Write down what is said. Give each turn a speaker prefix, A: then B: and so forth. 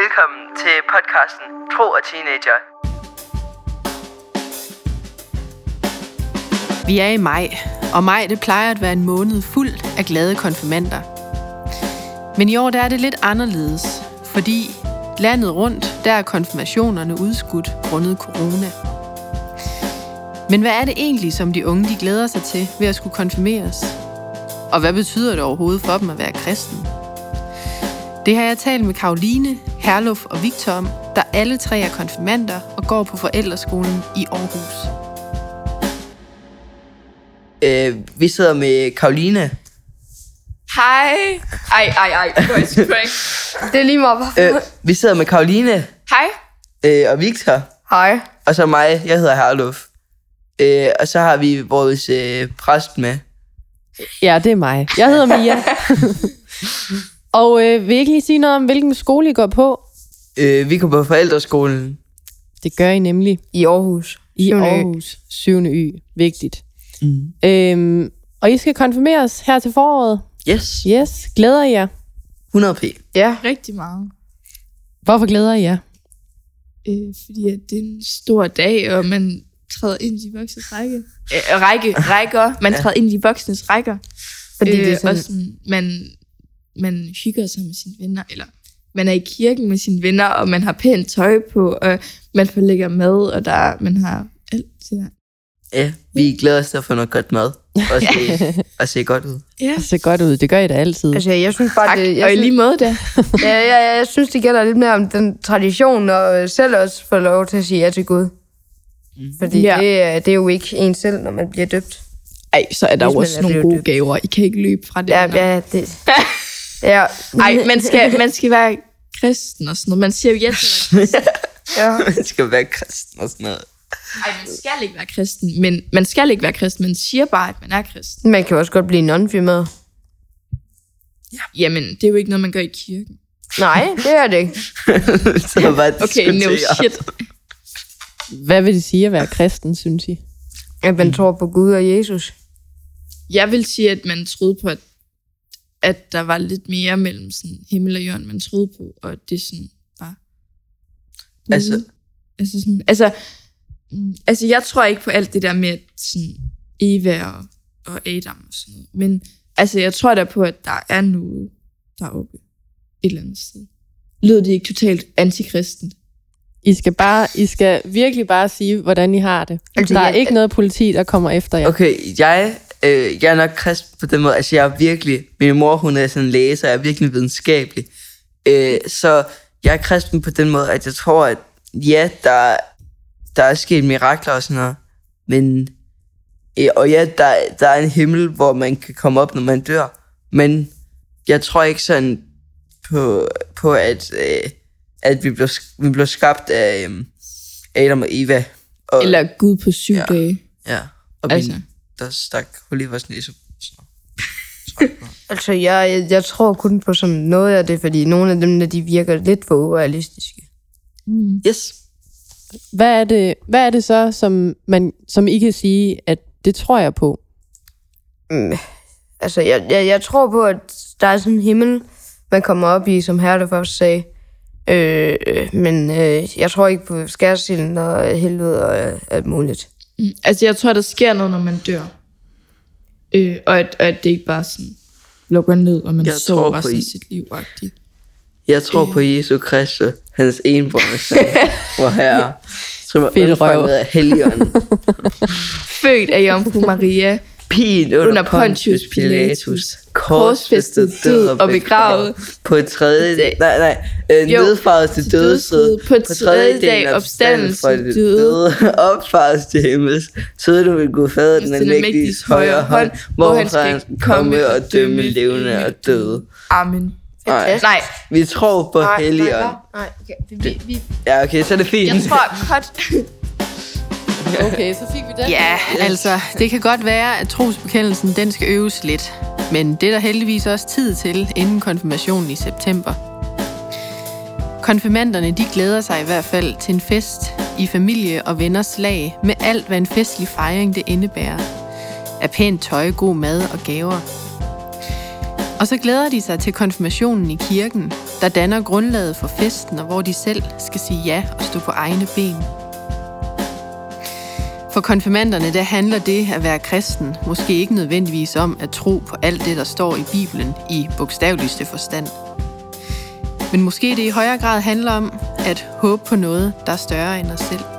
A: Velkommen til podcasten Tro og Teenager.
B: Vi er i maj, og maj det plejer at være en måned fuld af glade konfirmander. Men i år der er det lidt anderledes, fordi landet rundt, der er konfirmationerne udskudt grundet corona. Men hvad er det egentlig, som de unge de glæder sig til ved at skulle konfirmeres? Og hvad betyder det overhovedet for dem at være kristen? Det har jeg talt med Karoline, Herluf og Victor om, der alle tre er konfirmander og går på forældreskolen i Aarhus.
A: Øh, vi sidder med Karoline.
C: Hej. Ej, ej, ej. Det var jeg sgu ikke. Det er lige meget. hvorfor.
A: Øh, vi sidder med Karoline
C: Hej.
A: øh, og Victor.
C: Hej.
A: Og så mig. Jeg hedder Herluf. Øh, og så har vi vores øh, præst med.
D: Ja, det er mig. Jeg hedder Mia. og øh, vil I ikke lige sige noget om, hvilken skole I går på?
A: Øh, vi går på forældreskolen.
D: Det gør I nemlig
C: I Aarhus.
D: i
C: Syvende Ø.
D: Aarhus. 7. Y. Vigtigt.
A: Mm.
D: Øhm, og I skal konfirmeres her til foråret.
A: Yes.
D: Yes, glæder I jer?
A: 100p.
C: Ja. Rigtig meget.
D: Hvorfor glæder I jer?
E: Øh, fordi at det er en stor dag, og man træder ind i de voksnes række.
C: Øh, række, rækker.
E: Man
A: Ja.
E: træder ind i de voksnes rækker.
C: Fordi det er sådan,
E: også sådan, man, man hygger sig med sine venner, eller man er i kirken med sine venner, og man har pænt tøj på, og man får lækker mad, og der, man har alt det der.
A: Ja, vi glæder os til at få noget godt mad. Og se, og se godt ud.
E: Ja,
D: Det ser godt ud. Det gør I da altid.
C: altså, jeg synes bare,
E: Mm. tak.
C: det,
E: og i
C: jeg,
E: lige
C: synes,
E: måde da.
C: ja, ja, ja, jeg synes, det gælder lidt mere om den tradition, og øh, selv også få lov til at sige ja til Gud. Fordi
E: Mm. Ja.
C: ja. det, er- det er jo ikke en selv, når man bliver døbt.
E: Ej, så er der
C: Hvis
E: jo
C: man
E: også
C: er
E: nogle
C: blevet
E: gode
C: døbt.
E: gaver. I kan ikke løbe fra det.
C: Ja,
E: venner.
C: ja, det... Ja,
E: Ej, man skal, man skal være kristen og sådan noget. Man siger jo ja til at være kristen.
C: ja.
A: Man skal være kristen og sådan noget.
E: Ej, man skal ikke være kristen, men man skal ikke være kristen. Man siger bare, at man er kristen.
C: Man kan jo også godt blive nonfirmeret.
E: Jamen, det er jo ikke noget, man gør i kirken.
C: Nej, det er det ikke.
A: så er bare
E: Okay, no
A: diskutere.
E: shit.
D: Hvad vil det sige at være kristen, synes I?
C: At
E: Mm.
C: man tror på Gud og Jesus.
E: Jeg vil sige, at man troede på, at, at der var lidt mere mellem sådan himmel og jord, end man troede på, og det sådan var...
A: Altså-
E: Altså, sådan, altså, mm, altså, jeg tror ikke på alt det der med at sådan Eva og, og Adam og sådan noget, men altså, jeg tror da på, at der er noget deroppe et eller andet sted. Lyder det ikke totalt antikristen?
D: I skal, bare, I skal virkelig bare sige, hvordan I har det.
C: Altså,
D: Altså, der er
C: jeg-
D: ikke noget politi, der kommer efter jer.
A: Okay, jeg, øh, jeg er nok kristen på den måde. Altså, jeg er virkelig... Min mor, hun er sådan læge, så jeg er virkelig videnskabelig. Øh, så jeg er kristen på den måde, at jeg tror, at ja, der, der er sket mirakler og sådan noget. Men... Øh, og ja, der, der er en himmel, hvor man kan komme op, når man dør. Men jeg tror ikke sådan på, på at, øh, at vi blev, vi blev skabt af øh, Adam og Eva. Og,
E: Eller Gud på syv
A: Ja.
E: ja. dage?
A: Ja, og altså.
E: Altså.
A: min, der stak hul i vores næse. Så-
C: Altså, jeg, jeg, jeg tror kun på sådan noget af det, fordi nogle af dem, der, de virker lidt for urealistiske.
A: Yes.
D: Hvad er det, hvad er det så, som, man, som I kan sige, at det tror jeg på?
C: Mm. Altså, jeg, jeg, jeg tror på, at der er sådan en himmel, man kommer op i, som Herre først sagde. Øh, øh, men øh, jeg tror ikke på skærsilden og helvede og øh, alt muligt.
E: Mm, Altså, jeg tror, der sker noget, når man dør. Øh, og at, at det ikke bare sådan lukker ned, og man
A: Jeg
E: jeg
A: tror
E: sover
A: på
E: resten
A: I.
E: af sit liv. -agtigt.
A: Jeg tror på Jesu Kristus, hans enbrønde søn, hvor herre, som er
D: Fedt røv.
A: undfanget af helligånden.
E: Født af Jomfru Maria,
A: Pin under,
E: Under Pontius Pilatus.
A: Korsfæstet, død og begravet. På et tredje dag. Nej, nej. Øh,
E: Jo.
A: nedfaret til dødsrid.
E: På tredje dag opstandelse
A: fra det
E: døde.
A: døde. Opfaret til himmels. Tød du vil Gud fader den
E: Til den
A: almægtiges
E: mægtiges
A: højre hånd, hvor han skal komme og dømme
E: dømme
A: levende og døde.
E: amen.
A: Nej,
E: Nej,
A: vi tror på helligånden.
C: nej, okay. Vi, vi,
A: Ja, okay, så er det fint.
E: jeg tror godt...
D: Okay, så fik vi det.
B: Ja, altså, det kan godt være, at trosbekendelsen den skal øves lidt. Men det er der heldigvis også tid til inden konfirmationen i september. Konfirmanderne de glæder sig i hvert fald til en fest i familie og venners lag med alt, hvad en festlig fejring det indebærer. Af pænt tøj, god mad og gaver. Og så glæder de sig til konfirmationen i kirken, der danner grundlaget for festen, og hvor de selv skal sige ja og stå på egne ben. For konfirmanderne, der handler det at være kristen måske ikke nødvendigvis om at tro på alt det, der står i Bibelen i bogstaveligste forstand. Men måske det i højere grad handler om at håbe på noget, der er større end os selv.